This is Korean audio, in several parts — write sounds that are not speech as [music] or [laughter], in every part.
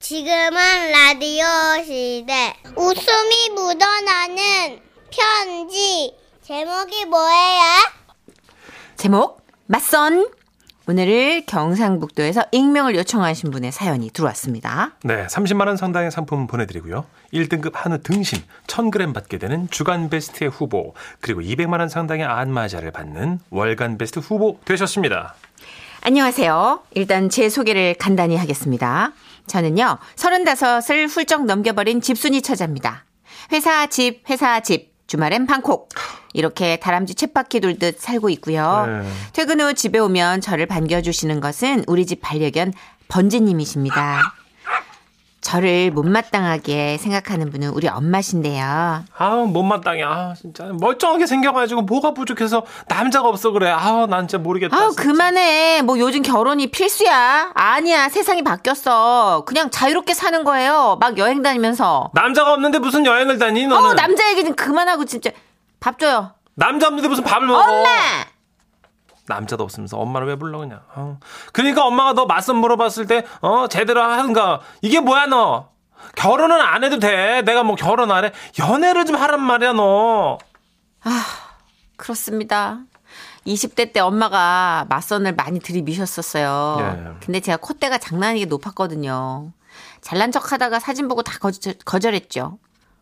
지금은 라디오 시대. 웃음이 묻어나는 편지. 제목이 뭐예요? 제목 맞선 오늘을 경상북도에서 익명을 요청하신 분의 사연이 들어왔습니다. 네, 30만 원 상당의 상품 보내드리고요. 1등급 한우 등심 1,000g 받게 되는 주간 베스트 의 후보 그리고 200만 원 상당의 안마자를 받는 월간 베스트 후보 되셨습니다. 안녕하세요. 일단 제 소개를 간단히 하겠습니다. 저는요, 35을 훌쩍 넘겨버린 집순이 처자입니다. 회사, 집, 회사, 집. 주말엔 방콕. 이렇게 다람쥐 쳇바퀴 돌듯 살고 있고요. 네. 퇴근 후 집에 오면 저를 반겨주시는 것은 우리 집 반려견 번지님이십니다. 저를 못마땅하게 생각하는 분은 우리 엄마신데요. 아우 못마땅해. 아 진짜 멀쩡하게 생겨가지고 뭐가 부족해서 남자가 없어 그래. 아우 난 진짜 모르겠다. 아우 그만해. 뭐 요즘 결혼이 필수야. 아니야. 세상이 바뀌었어. 그냥 자유롭게 사는 거예요. 막 여행 다니면서. 남자가 없는데 무슨 여행을 다니 너는? 어우 남자 얘기 좀 그만하고 진짜 밥 줘요. 남자 없는데 무슨 밥을 먹어? 엄마. 남자도 없으면서 엄마를 왜 불러 그냥. 어. 그러니까 엄마가 너 맞선 물어봤을 때 어, 제대로 하든가. 이게 뭐야 너? 결혼은 안 해도 돼. 내가 뭐 결혼 안 해. 연애를 좀 하란 말이야 너. 그렇습니다. 20대 때 엄마가 맞선을 많이 들이미셨었어요. 예. 근데 제가 콧대가 장난 아니게 높았거든요. 잘난 척 하다가 사진 보고 다 거절, 거절했죠.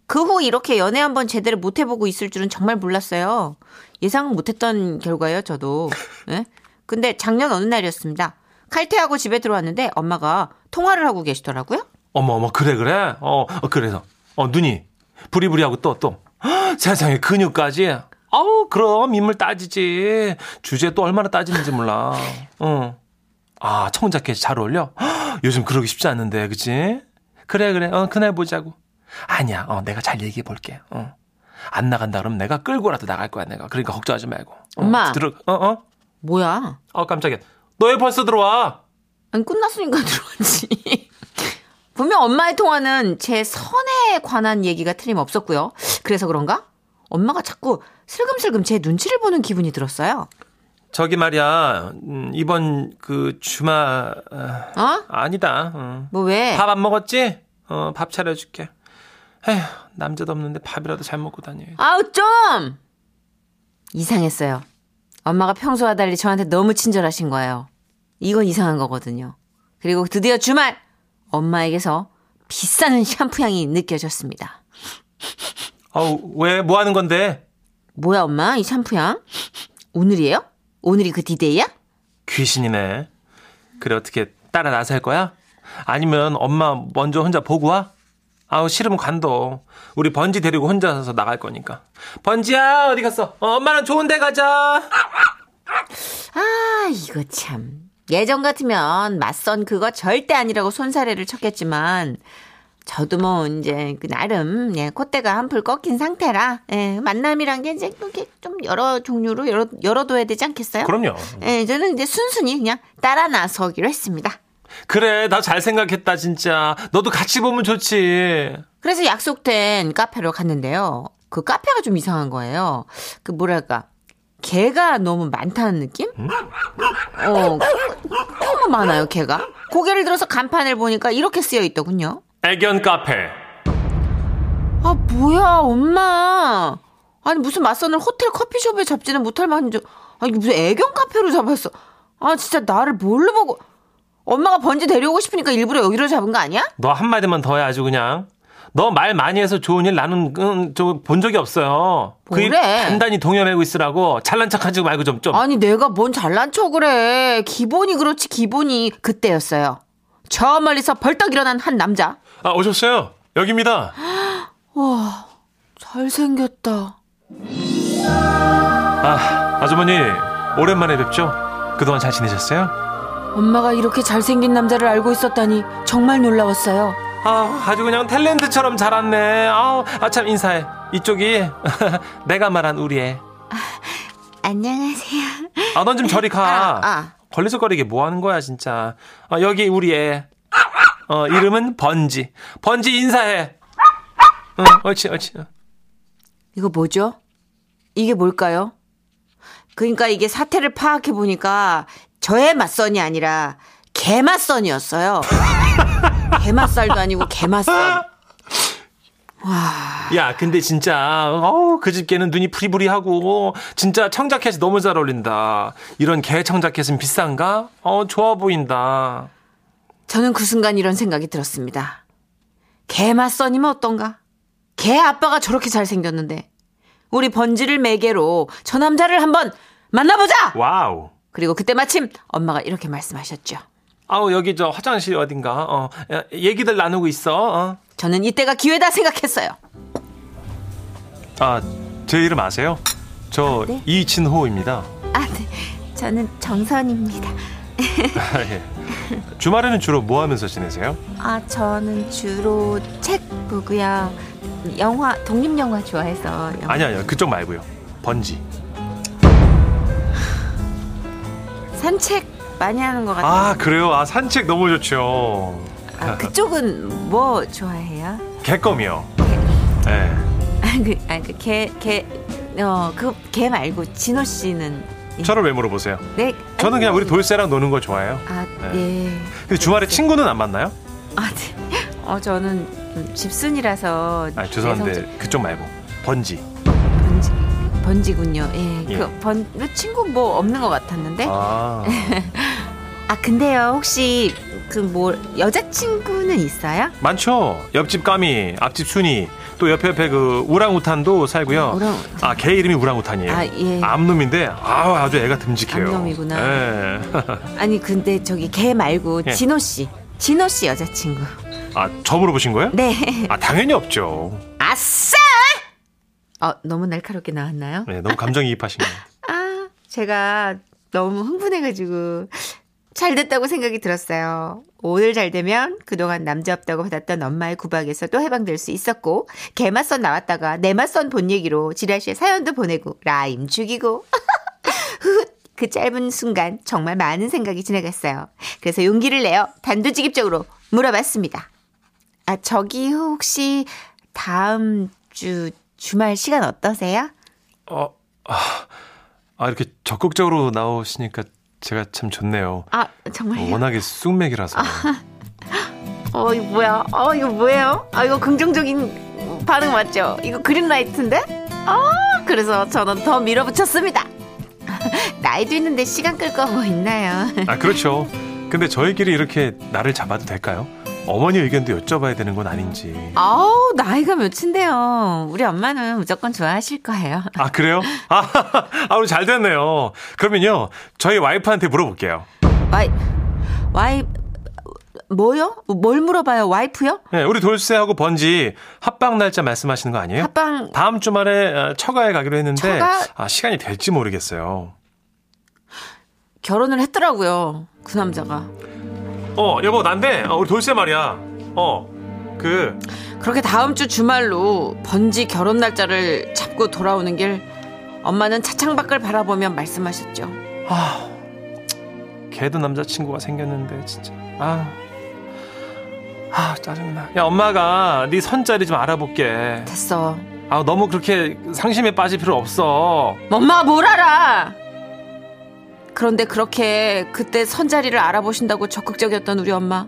그 후 이렇게 연애 한번 제대로 못 해보고 있을 줄은 정말 몰랐어요. 예상 못했던 결과예요, 저도. 예? 근데 작년 어느 날이었습니다. 칼퇴하고 집에 들어왔는데 엄마가 통화를 하고 계시더라고요. 어머 어머 그래 그래. 어, 어, 그래서 어 눈이 부리부리하고 또 또. 헉, 세상에 근육까지. 아우 그럼 인물 따지지. 주제 또 얼마나 따지는지 [laughs] 몰라. 어. 아 청자켓 잘 어울려. 헉, 요즘 그러기 쉽지 않은데 그치? 그래 그래. 어 그날 보자고. 아니야. 어 내가 잘 얘기해 볼게. 어. 안 나간다 그러면 내가 끌고라도 나갈 거야 내가. 그러니까 걱정하지 말고. 어, 엄마. 들어. 어 어. 뭐야? 어 깜짝이야. 너 왜 벌써 들어와? 아니 끝났으니까 [laughs] 들어왔지. 분명 엄마의 통화는 제 선에 관한 얘기가 틀림없었고요. 그래서 그런가? 엄마가 자꾸 슬금슬금 제 눈치를 보는 기분이 들었어요. 저기 말이야. 음, 이번 그 주말 아, 어? 아니다. 어. 뭐 왜? 밥 안 먹었지? 어, 밥 차려줄게. 에휴, 남자도 없는데 밥이라도 잘 먹고 다녀. 아우 좀 이상했어요. 엄마가 평소와 달리 저한테 너무 친절하신 거예요. 이건 이상한 거거든요. 그리고 드디어 주말 엄마에게서 비싼 샴푸 향이 느껴졌습니다. 어우, 왜, 뭐 하는 건데? 뭐야 엄마 이 샴푸 향? [laughs] 오늘이에요? 오늘이 그 디데이야? 귀신이네. 그래, 어떻게 따라 나설 거야? 아니면 엄마 먼저 혼자 보고 와? 아우, 싫으면 간도. 우리 번지 데리고 혼자서 나갈 거니까. 번지야, 어디 갔어? 어, 엄마랑 좋은 데 가자. 아, 이거 참. 예전 같으면 맞선 그거 절대 아니라고 손사래를 쳤겠지만, 저도 뭐, 이제, 그 나름, 예, 콧대가 한풀 꺾인 상태라, 예, 만남이란 게 이제, 그게 좀 여러 종류로 열어, 열어둬야 되지 않겠어요? 그럼요. 예, 저는 이제 순순히 그냥 따라 나서기로 했습니다. 그래, 나 잘 생각했다, 진짜. 너도 같이 보면 좋지. 그래서 약속된 카페로 갔는데요. 그 카페가 좀 이상한 거예요. 그 뭐랄까 개가 너무 많다는 느낌? 어 너무 많아요 개가. 고개를 들어서 간판을 보니까 이렇게 쓰여 있더군요. 애견 카페. 아 뭐야 엄마. 아니 무슨 맞선을 호텔 커피숍에 잡지는 못할 만한 아니 무슨 애견 카페로 잡았어. 아 진짜 나를 뭘로 보고 엄마가 번지 데려오고 싶으니까 일부러 여기로 잡은 거 아니야? 너 한마디만 더 해 아주 그냥 너 말 많이 해서 좋은 일 나는 음, 저본 적이 없어요. 그일 뭐래? 단단히 동요매고 있으라고 잘난 척하지 말고 좀 좀. 아니 내가 뭔 잘난 척을 해 기본이 그렇지 기본이 그때였어요 저 멀리서 벌떡 일어난 한 남자 아 오셨어요? 여기입니다. 잘생겼다 아 아주머니 오랜만에 뵙죠. 그동안 잘 지내셨어요? 엄마가 이렇게 잘생긴 남자를 알고 있었다니 정말 놀라웠어요 아 아주 그냥 탤런트처럼 자랐네. 아참 인사해. 이쪽이 [laughs] 내가 말한 우리 애. 안녕하세요 아 넌 좀 저리 가. 아, 아. 걸리적거리게 뭐 하는 거야 진짜. 아, 여기 우리 애. 어 이름은 번지. 번지 인사해. 응, 옳지, 옳지. 이거 뭐죠? 이게 뭘까요? 그러니까 이게 사태를 파악해 보니까 저의 맞선이 아니라 개맛선이었어요. 개맛살도 아니고 개맛선. 야, 근데 진짜 어우 그 집게는 눈이 부리부리하고 진짜 청자켓이 너무 잘 어울린다. 이런 개 청자켓은 비싼가? 어 좋아 보인다. 저는 그 순간 이런 생각이 들었습니다. 개맛선이면 어떤가? 개 아빠가 저렇게 잘생겼는데 우리 번지를 매개로 저 남자를 한번 만나보자. 와우. 그리고 그때 마침 엄마가 이렇게 말씀하셨죠. 아우 여기 저 화장실 어딘가? 어 야, 얘기들 나누고 있어. 어. 저는 이때가 기회다 생각했어요. 아 제 이름 아세요? 저 네. 이진호입니다. 아, 네. 저는 [laughs] 정선입니다. 아, 예. 주말에는 주로 뭐 하면서 지내세요? 아, 저는 주로 책 보고요. 영화, 독립영화 좋아해서. 영화. 아니 아니요 그쪽 말고요. 번지. 산책 많이 하는 것 같아요. 아 그래요? 아 산책 너무 좋죠. 아, 그쪽은 뭐 좋아해요? [laughs] 개껌이요. 네. 아, 그, 아, 그, 개, 개, 어, 그, 개 말고, 진호 씨는. 예. 저를 왜 물어보세요? 네. 저는 그냥 우리 아니, 돌쇠랑 노는 걸 좋아해요. 아, 네. 예. 근데 주말에 친구는 안 만나요? 아, 네. 어, 저는 좀 집순이라서. 아 죄송한데 네, 내성적- 그쪽 말고 번지. 번지, 번지군요. 예. 예. 그, 번, 친구 뭐 없는 것 같았는데. 아 아 근데요 혹시 그 뭐 여자친구는 있어요? 많죠. 옆집 까미, 앞집 순이, 또 옆에 옆에 그 우랑우탄도 살고요. 우랑- 아 개 이름이 우랑우탄이에요. 아, 예. 암놈인데 아 아주 애가 듬직해요. 암놈이구나. 예. [laughs] 아니 근데 저기 걔 말고 예. 진호 씨 진호 씨 여자친구 아저 물어보신 거예요? 네 [laughs] 아 당연히 없죠. 아싸 어 너무 날카롭게 나왔나요? 네, 너무 감정이입하신 거예요. 아 제가 너무 흥분해가지고 잘 됐다고 생각이 들었어요 오늘 잘 되면 그동안 남자 없다고 받았던 엄마의 구박에서 또 해방될 수 있었고 걔 맞선 나왔다가 내 맞선 본 얘기로 지라씨의 사연도 보내고 라임 죽이고 [laughs] 그 짧은 순간 정말 많은 생각이 지나갔어요. 그래서 용기를 내어 단도직입적으로 물어봤습니다. 아, 저기 혹시 다음 주 주말 시간 어떠세요? [laughs] 어, 아, 아, 이렇게 적극적으로 나오시니까 제가 참 좋네요. 아, 정말요? 아, 워낙에 쑥맥이라서. 어, 이거 뭐야? 어, 이거 뭐예요? 아, 이거 긍정적인 반응 맞죠? 이거 그린라이트인데? 어, 그래서 저는 더 밀어붙였습니다. [laughs] 나이도 있는데 시간 끌 거 뭐 있나요? [laughs] 아, 그렇죠. 근데 저희끼리 이렇게 나를 잡아도 될까요? 어머니 의견도 여쭤봐야 되는 건 아닌지. 아우, 나이가 몇인데요. 우리 엄마는 무조건 좋아하실 거예요. 아, 그래요? 아, [laughs] 아, 오늘 잘 됐네요. 그러면요, 저희 와이프한테 물어볼게요. 와이 와이 뭐요? 뭘 물어봐요? 와이프요? 네, 우리 돌쇠하고 번지 합방 날짜 말씀하시는 거 아니에요? 합방 다음 주말에 어, 처가에 가기로 했는데, 처가? 아, 시간이 될지 모르겠어요. 결혼을 했더라고요. 그 남자가 어, 여보, 난데, 어, 우리 돌쇠 말이야. 어, 그, 그렇게 다음 주 주말로 번지 결혼 날짜를 잡고 돌아오는 길 엄마는 차창 밖을 바라보며 말씀하셨죠. 아, 걔도 남자친구가 생겼는데 진짜 아, 아 짜증나. 야 엄마가 네 선자리 좀 알아볼게. 됐어. 아 너무 그렇게 상심에 빠질 필요 없어. 엄마가 뭘 알아? 그런데 그렇게 그때 선자리를 알아보신다고 적극적이었던 우리 엄마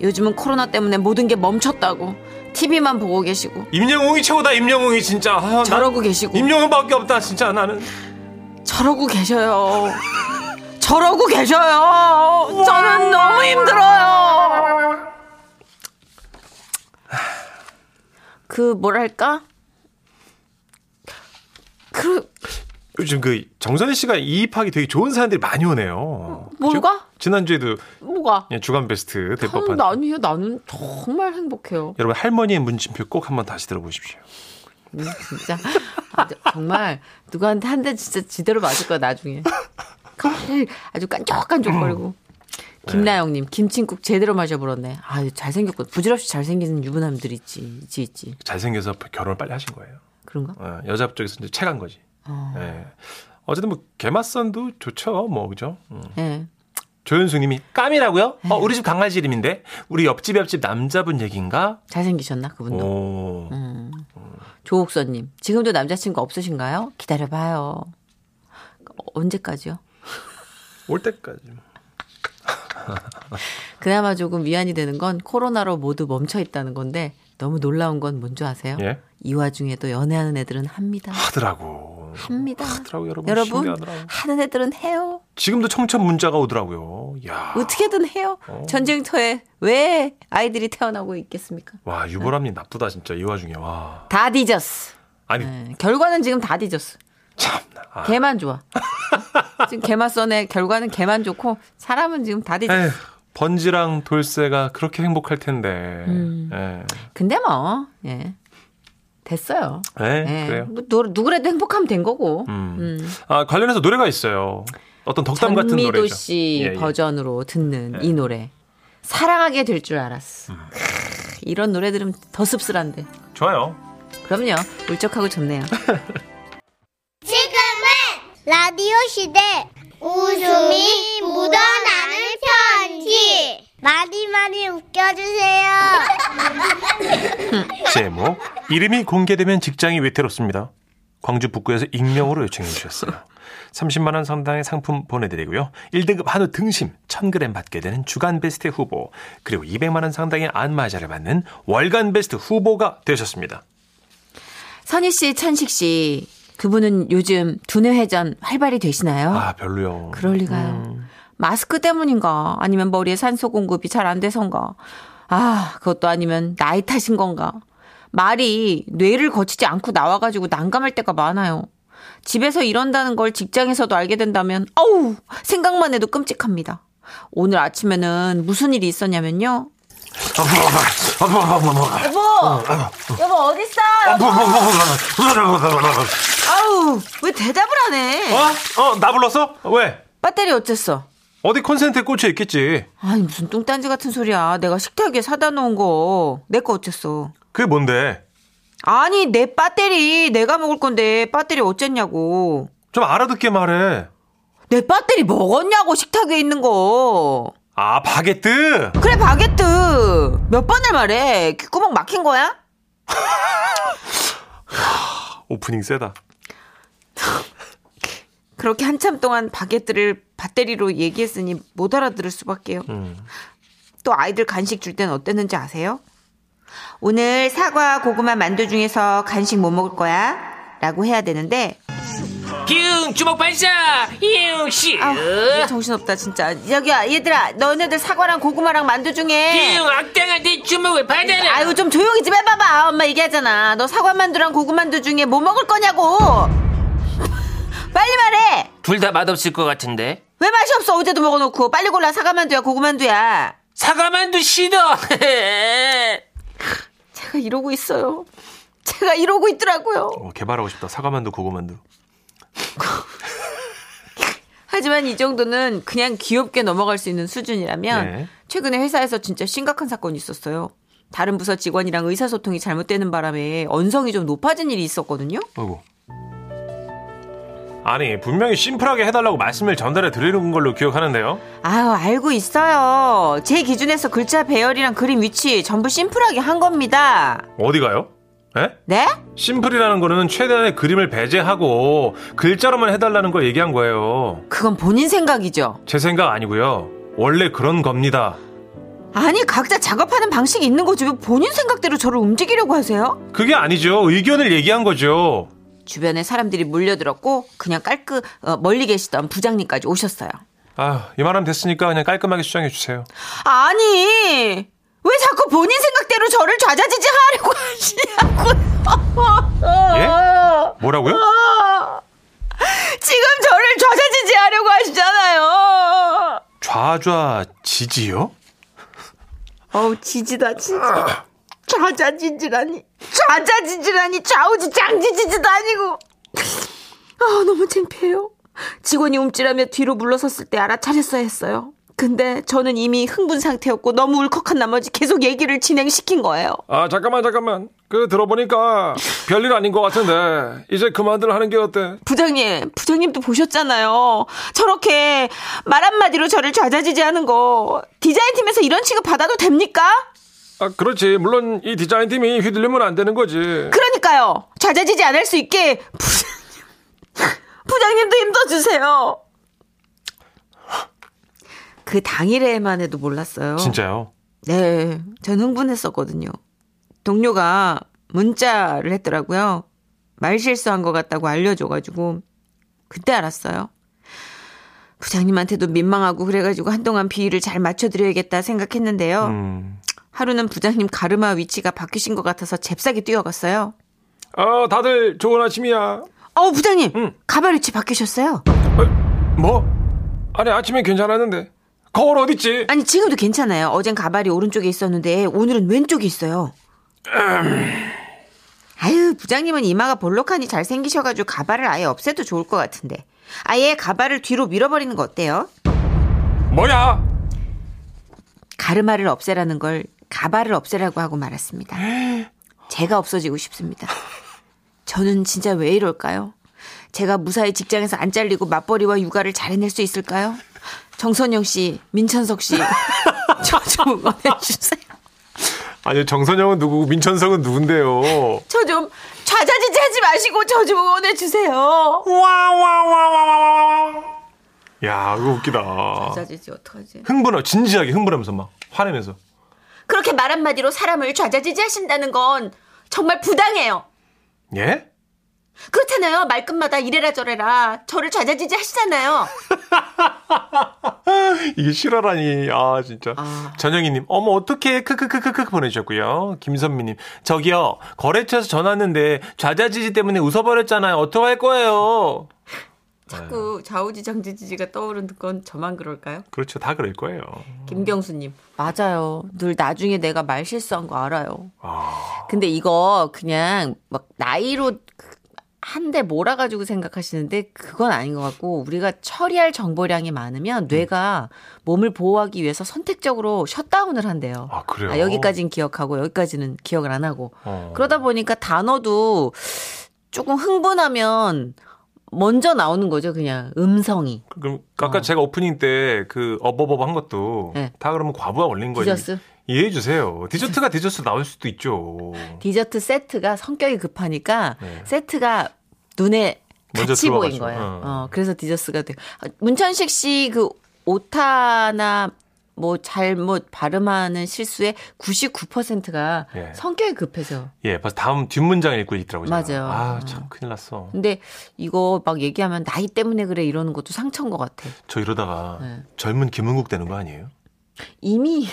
요즘은 코로나 때문에 모든 게 멈췄다고 TV만 보고 계시고 임영웅이 최고다 임영웅이 진짜. 아, 나- 저러고 계시고 임영웅밖에 없다 진짜 나는. 저러고 계셔요. 저러고 계셔요. 저는 너무 힘들어요. 그 뭐랄까? 그 요즘 그 정선희 씨가 이입하기 되게 좋은 사람들이 많이 오네요. 뭘까? 그죠? 지난주에도 뭐가? 아, 예, 주간 베스트 대법판. 나는요, 나는 정말 행복해요. 여러분 할머니의 문진표 꼭 한번 다시 들어보십시오. 음, 진짜 아, 저- 정말 누구한테 한 대 진짜 제대로 맞을 거야 나중에. 칼 아주 깐족깐족거리고. 김나영님 김치국 제대로 마셔버렸네. 아 잘생겼고 부질없이 잘생기는 유부남들 있지 있지 있지 잘생겨서 결혼을 빨리 하신 거예요. 그런가? 어, 여자 쪽에서 이제 체간 거지. 어. 예. 어쨌든 뭐 개맛선도 좋죠. 뭐 그죠? 음. 예. 조현숙님이 까미라고요? 어, 우리 집 강아지 이름인데 우리 옆집 옆집 남자분 얘긴가? 잘생기셨나 그분도. 어. 오. 조옥선님 지금도 남자친구 없으신가요? 기다려봐요. 언제까지요? 올 때까지. 그나마 조금 위안이 되는 건 코로나로 모두 멈춰 있다는 건데 너무 놀라운 건 뭔지 아세요? 예. 이 와중에도 연애하는 애들은 합니다. 하더라고. 합니다. 하더라고 음. 여러분. 여러분 신기하더라고. 하는 애들은 해요. 지금도 청첩 문자가 오더라고요. 야. 어떻게든 해요. 어. 전쟁터에 왜 아이들이 태어나고 있겠습니까? 와 유보람님 나쁘다 진짜 이 와중에 와. 다 뒤졌어. 아니 네, 결과는 지금 다 뒤졌어. 참나. 아. 개만 [laughs] 좋아. 지금 개만 써내. 결과는 개만 좋고 사람은 지금 다 뒤졌어. 에휴, 번지랑 돌쇠가 그렇게 행복할 텐데. 음. 예. 근데 뭐 예. 됐어요. 예, 예. 그래요. 뭐 누- 누구라도 행복하면 된 거고. 음. 음. 아 관련해서 노래가 있어요. 어떤 덕담 같은 노래죠. 전미도 씨 예, 네. 예. 버전으로 듣는 이 노래. 사랑하게 될 줄 음. 알았어. 크, 이런 노래 들으면 더 씁쓸한데. 좋아요. 그럼요. 울적하고 좋네요. 지금은 라디오 시대 웃음이 묻어나는 편지 많이 많이 웃겨주세요 제목 이름이 공개되면 직장이 위태롭습니다. 광주 북구에서 익명으로 요청해 주셨어요. 30만 원 상당의 상품 보내드리고요. 1등급 한우 등심 1000g 받게 되는 주간 베스트 후보 그리고 200만 원 상당의 안마자를 받는 월간 베스트 후보가 되셨습니다. 선희 씨, 천식 씨, 그분은 요즘 두뇌회전 활발히 되시나요? 아 별로요. 그럴 리가요. 마스크 때문인가? 아니면 머리에 산소 공급이 잘 안 돼서인가? 아, 그것도 아니면 나이 탓인 건가? 말이 뇌를 거치지 않고 나와가지고 난감할 때가 많아요. 집에서 이런다는 걸 직장에서도 알게 된다면, 어우! 생각만 해도 끔찍합니다. 오늘 아침에는 무슨 일이 있었냐면요. 여보! 여보, 어딨어? 아우! 왜 대답을 안 해? 어? 어? 나 불렀어? 왜? 배터리 어쨌어? 어디 콘센트에 꽂혀 있겠지. 아니 무슨 뚱딴지 같은 소리야. 내가 식탁 위에 사다 놓은 거. 내 거 어쨌어? 그게 뭔데? 아니 내 배터리 내가 먹을 건데 배터리 어쨌냐고. 좀 알아듣게 말해. 내 배터리 먹었냐고 식탁 위에 있는 거. 아 바게트. 그래 바게트 몇 번을 말해. 귓구멍 막힌 거야? 오프닝 세다. 그렇게 한참 동안 바게트를 배터리로 얘기했으니 못 알아들을 수밖에요. 또 아이들 간식 줄 땐 어땠는지 아세요? 오늘 사과, 고구마, 만두 중에서 간식 뭐 먹을 거야? 라고 해야 되는데 뷁 주먹 발사 이응씨 어? 아, 예. 이게 정신없다 진짜. 여기야 얘들아 너네들 사과랑 고구마랑 만두 중에 뷁 악당한테 주먹을 받아라 네. 아유 좀 조용히 좀 해봐봐 엄마 얘기하잖아. 너 사과 만두랑 고구마 만두 중에 뭐 먹을 거냐고. [laughs] 빨리 말해. 둘 다 맛없을 것 같은데 왜 맛이 없어 어제도 먹어놓고 빨리 골라 사과 만두야 고구마 만두야. 사과만두 시도 [laughs] 제가 이러고 있어요. 제가 이러고 있더라고요. 어, 개발하고 싶다. 사과만두, 고구만두. 하지만 이 정도는 그냥 귀엽게 넘어갈 수 있는 수준이라면 네. 최근에 회사에서 진짜 심각한 사건이 있었어요. 다른 부서 직원이랑 의사소통이 잘못되는 바람에 언성이 좀 높아진 일이 있었거든요. 아이고. 아니 분명히 심플하게 해달라고 말씀을 전달해 드리는 걸로 기억하는데요. 아유, 알고 있어요. 제 기준에서 글자 배열이랑 그림 위치 전부 심플하게 한 겁니다. 어디가요? 에? 네? 심플이라는 거는 최대한의 그림을 배제하고 글자로만 해달라는 걸 얘기한 거예요. 그건 본인 생각이죠. 제 생각 아니고요. 원래 그런 겁니다. 아니, 각자 작업하는 방식이 있는 거지. 왜 본인 생각대로 저를 움직이려고 하세요? 그게 아니죠. 의견을 얘기한 거죠. 주변에 사람들이 물려들었고 그냥 깔끔 어, 멀리 계시던 부장님까지 오셨어요. 아, 이만하면 됐으니까 그냥 깔끔하게 수정해 주세요. 아니 왜 자꾸 본인 생각대로 저를 좌자지지하려고 [laughs] 하시냐고요. 예? 뭐라고요? 지금 저를 좌자지지하려고 하시잖아요. 좌좌 지지요? 어우 지지다 진짜. 좌자지지라니 좌자지지라니 좌우지장지지지도 아니고. 아 너무 창피해요. 직원이 움찔하며 뒤로 물러섰을 때 알아차렸어야 했어요. 근데 저는 이미 흥분 상태였고 너무 울컥한 나머지 계속 얘기를 진행시킨 거예요. 아 잠깐만 잠깐만 그 들어보니까 별일 아닌 것 같은데 이제 그만들 하는 게 어때? 부장님, 부장님도 보셨잖아요. 저렇게 말 한마디로 저를 좌자지지하는 거 디자인팀에서 이런 취급 받아도 됩니까? 아 그렇지 물론 이 디자인 팀이 휘둘리면 안 되는 거지. 그러니까요. 좌자지지 않을 수 있게 부장님, 부장님도 힘도 주세요. 그 당일에만 해도 몰랐어요. 진짜요? 네, 전 흥분했었거든요. 동료가 문자를 했더라고요. 말 실수한 것 같다고 알려줘가지고 그때 알았어요. 부장님한테도 민망하고 그래가지고 한동안 비위를 잘 맞춰드려야겠다 생각했는데요. 음. 하루는 부장님 가르마 위치가 바뀌신 것 같아서 잽싸게 뛰어갔어요. 어, 다들 좋은 아침이야. 어, 부장님! 응. 가발 위치 바뀌셨어요? 뭐? 아니 아침에 괜찮았는데 거울 어딨지? 아니, 지금도 괜찮아요. 어젠 가발이 오른쪽에 있었는데 오늘은 왼쪽에 있어요. 아유, 부장님은 이마가 볼록하니 잘생기셔가지고 가발을 아예 없애도 좋을 것 같은데. 아예 가발을 뒤로 밀어버리는 거 어때요? 뭐야? 가르마를 없애라는 걸 가발을 없애라고 하고 말았습니다. 제가 없어지고 싶습니다. 저는 진짜 왜 이럴까요? 제가 무사히 직장에서 안 잘리고 맞벌이와 육아를 잘 해낼 수 있을까요? 정선영 씨, 민천석 씨, 저 좀 응원해 주세요. 아니 정선영은 누구고 민천성은 누군데요? 저 좀 좌자지지하지 마시고 저 좀 응원해 주세요. 와와와와와와. 야, 이거 웃기다. 좌자지지 어떡하지? 흥분하, 진지하게 흥분하면서 막 화내면서. 그렇게 말 한마디로 사람을 좌자지지하신다는 건 정말 부당해요. 예? 그렇잖아요. 말끝마다 이래라 저래라 저를 좌자지지 하시잖아요. 이게 실화라니. 아, 진짜. 아. 전영희님, 어머, 어떻게, 크크크크크 보내주셨고요. 김선미님, 저기요, 거래처에서 전화 왔는데 좌자지지 때문에 웃어버렸잖아요. 어떡할 거예요? 자꾸 네. 좌우지정지지가 떠오르는 건 저만 그럴까요? 그렇죠. 다 그럴 거예요. 김경수님 맞아요. 늘 나중에 내가 말 실수한 거 알아요. 아, 근데 이거 그냥 막 나이로 그 한 대 몰아가지고 생각하시는데 그건 아닌 것 같고 우리가 처리할 정보량이 음. 많으면 뇌가 몸을 보호하기 위해서 선택적으로 셧다운을 한대요. 아, 그래요? 아, 여기까지는 기억하고 여기까지는 기억을 안 하고 어. 그러다 보니까 단어도 조금 흥분하면 먼저 나오는 거죠 그냥 음성이 그럼 아까 제가 오프닝 때 그 어버버버 한 것도 어. 네. 다 그러면 과부하 올린 거예요. 디저스 이해해 주세요. 디저트가 디저트 나올 [laughs] 수도 있죠. 디저트 세트가 성격이 급하니까 네. 세트가 눈에 먼저 같이 보인 들어가죠. 거예요. 어. 어. 그래서 디저스가 돼요. 아, 문천식 씨 그 오타나 뭐 잘못 발음하는 실수의 99%가 예. 성격이 급해서. 예, 벌써 다음 뒷문장 읽고 있더라고요. 제가. 맞아요. 아, 참 큰일 났어. 근데 이거 막 얘기하면 나이 때문에 그래 이러는 것도 상처인 것 같아. 저 이러다가 네. 젊은 김은국 되는 거 아니에요? 이미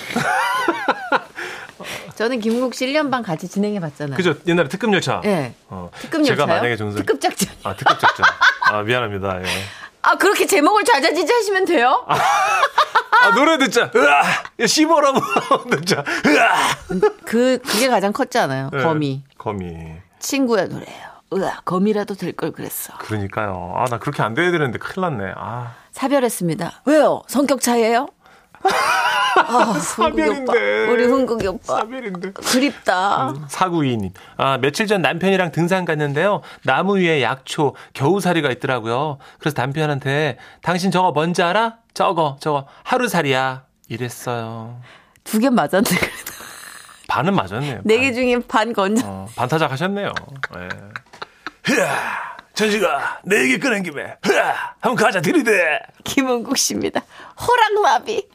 [laughs] 저는 김국 씨 1년 반 같이 진행해 봤잖아요. 그죠? 옛날에 특급 열차. 예. 어, 특급 제가 열차요? 만약에 정선 특급 작전. 아, 특급 작전. 아, 미안합니다. 예. 아 그렇게 제목을 좌자지지하시면 돼요? 아, 노래 듣자. 으아! 야, 씹어라고 [laughs] 듣자. 으아! 그 그게 가장 컸잖아요. 예. 거미. 거미. 친구야 노래예요. 으아, 거미라도 될 걸 그랬어. 그러니까요. 아, 나 그렇게 안 돼야 되는데 큰일 났네. 아. 사별했습니다. 왜요? 성격 차이예요? [laughs] 아, 흥국이 오빠. 사별인데. 우리 흥국이 오빠. 사별인데. 음. 그립다. 사구이님, 아 며칠 전 남편이랑 등산 갔는데요. 나무 위에 약초 겨우사리가 있더라고요. 그래서 남편한테 당신 저거 뭔지 알아? 저거 저거 하루살이야. 이랬어요. 두 개 맞았네. 반은 맞았네요. 네 개 중에 반 건져. 반. 어, 반타작 하셨네요. 예. 흐아, 전식아, 내 얘기 꺼낸 김에 흐아, 한번 가자 들이대. 김은국 씨입니다. 호랑나비.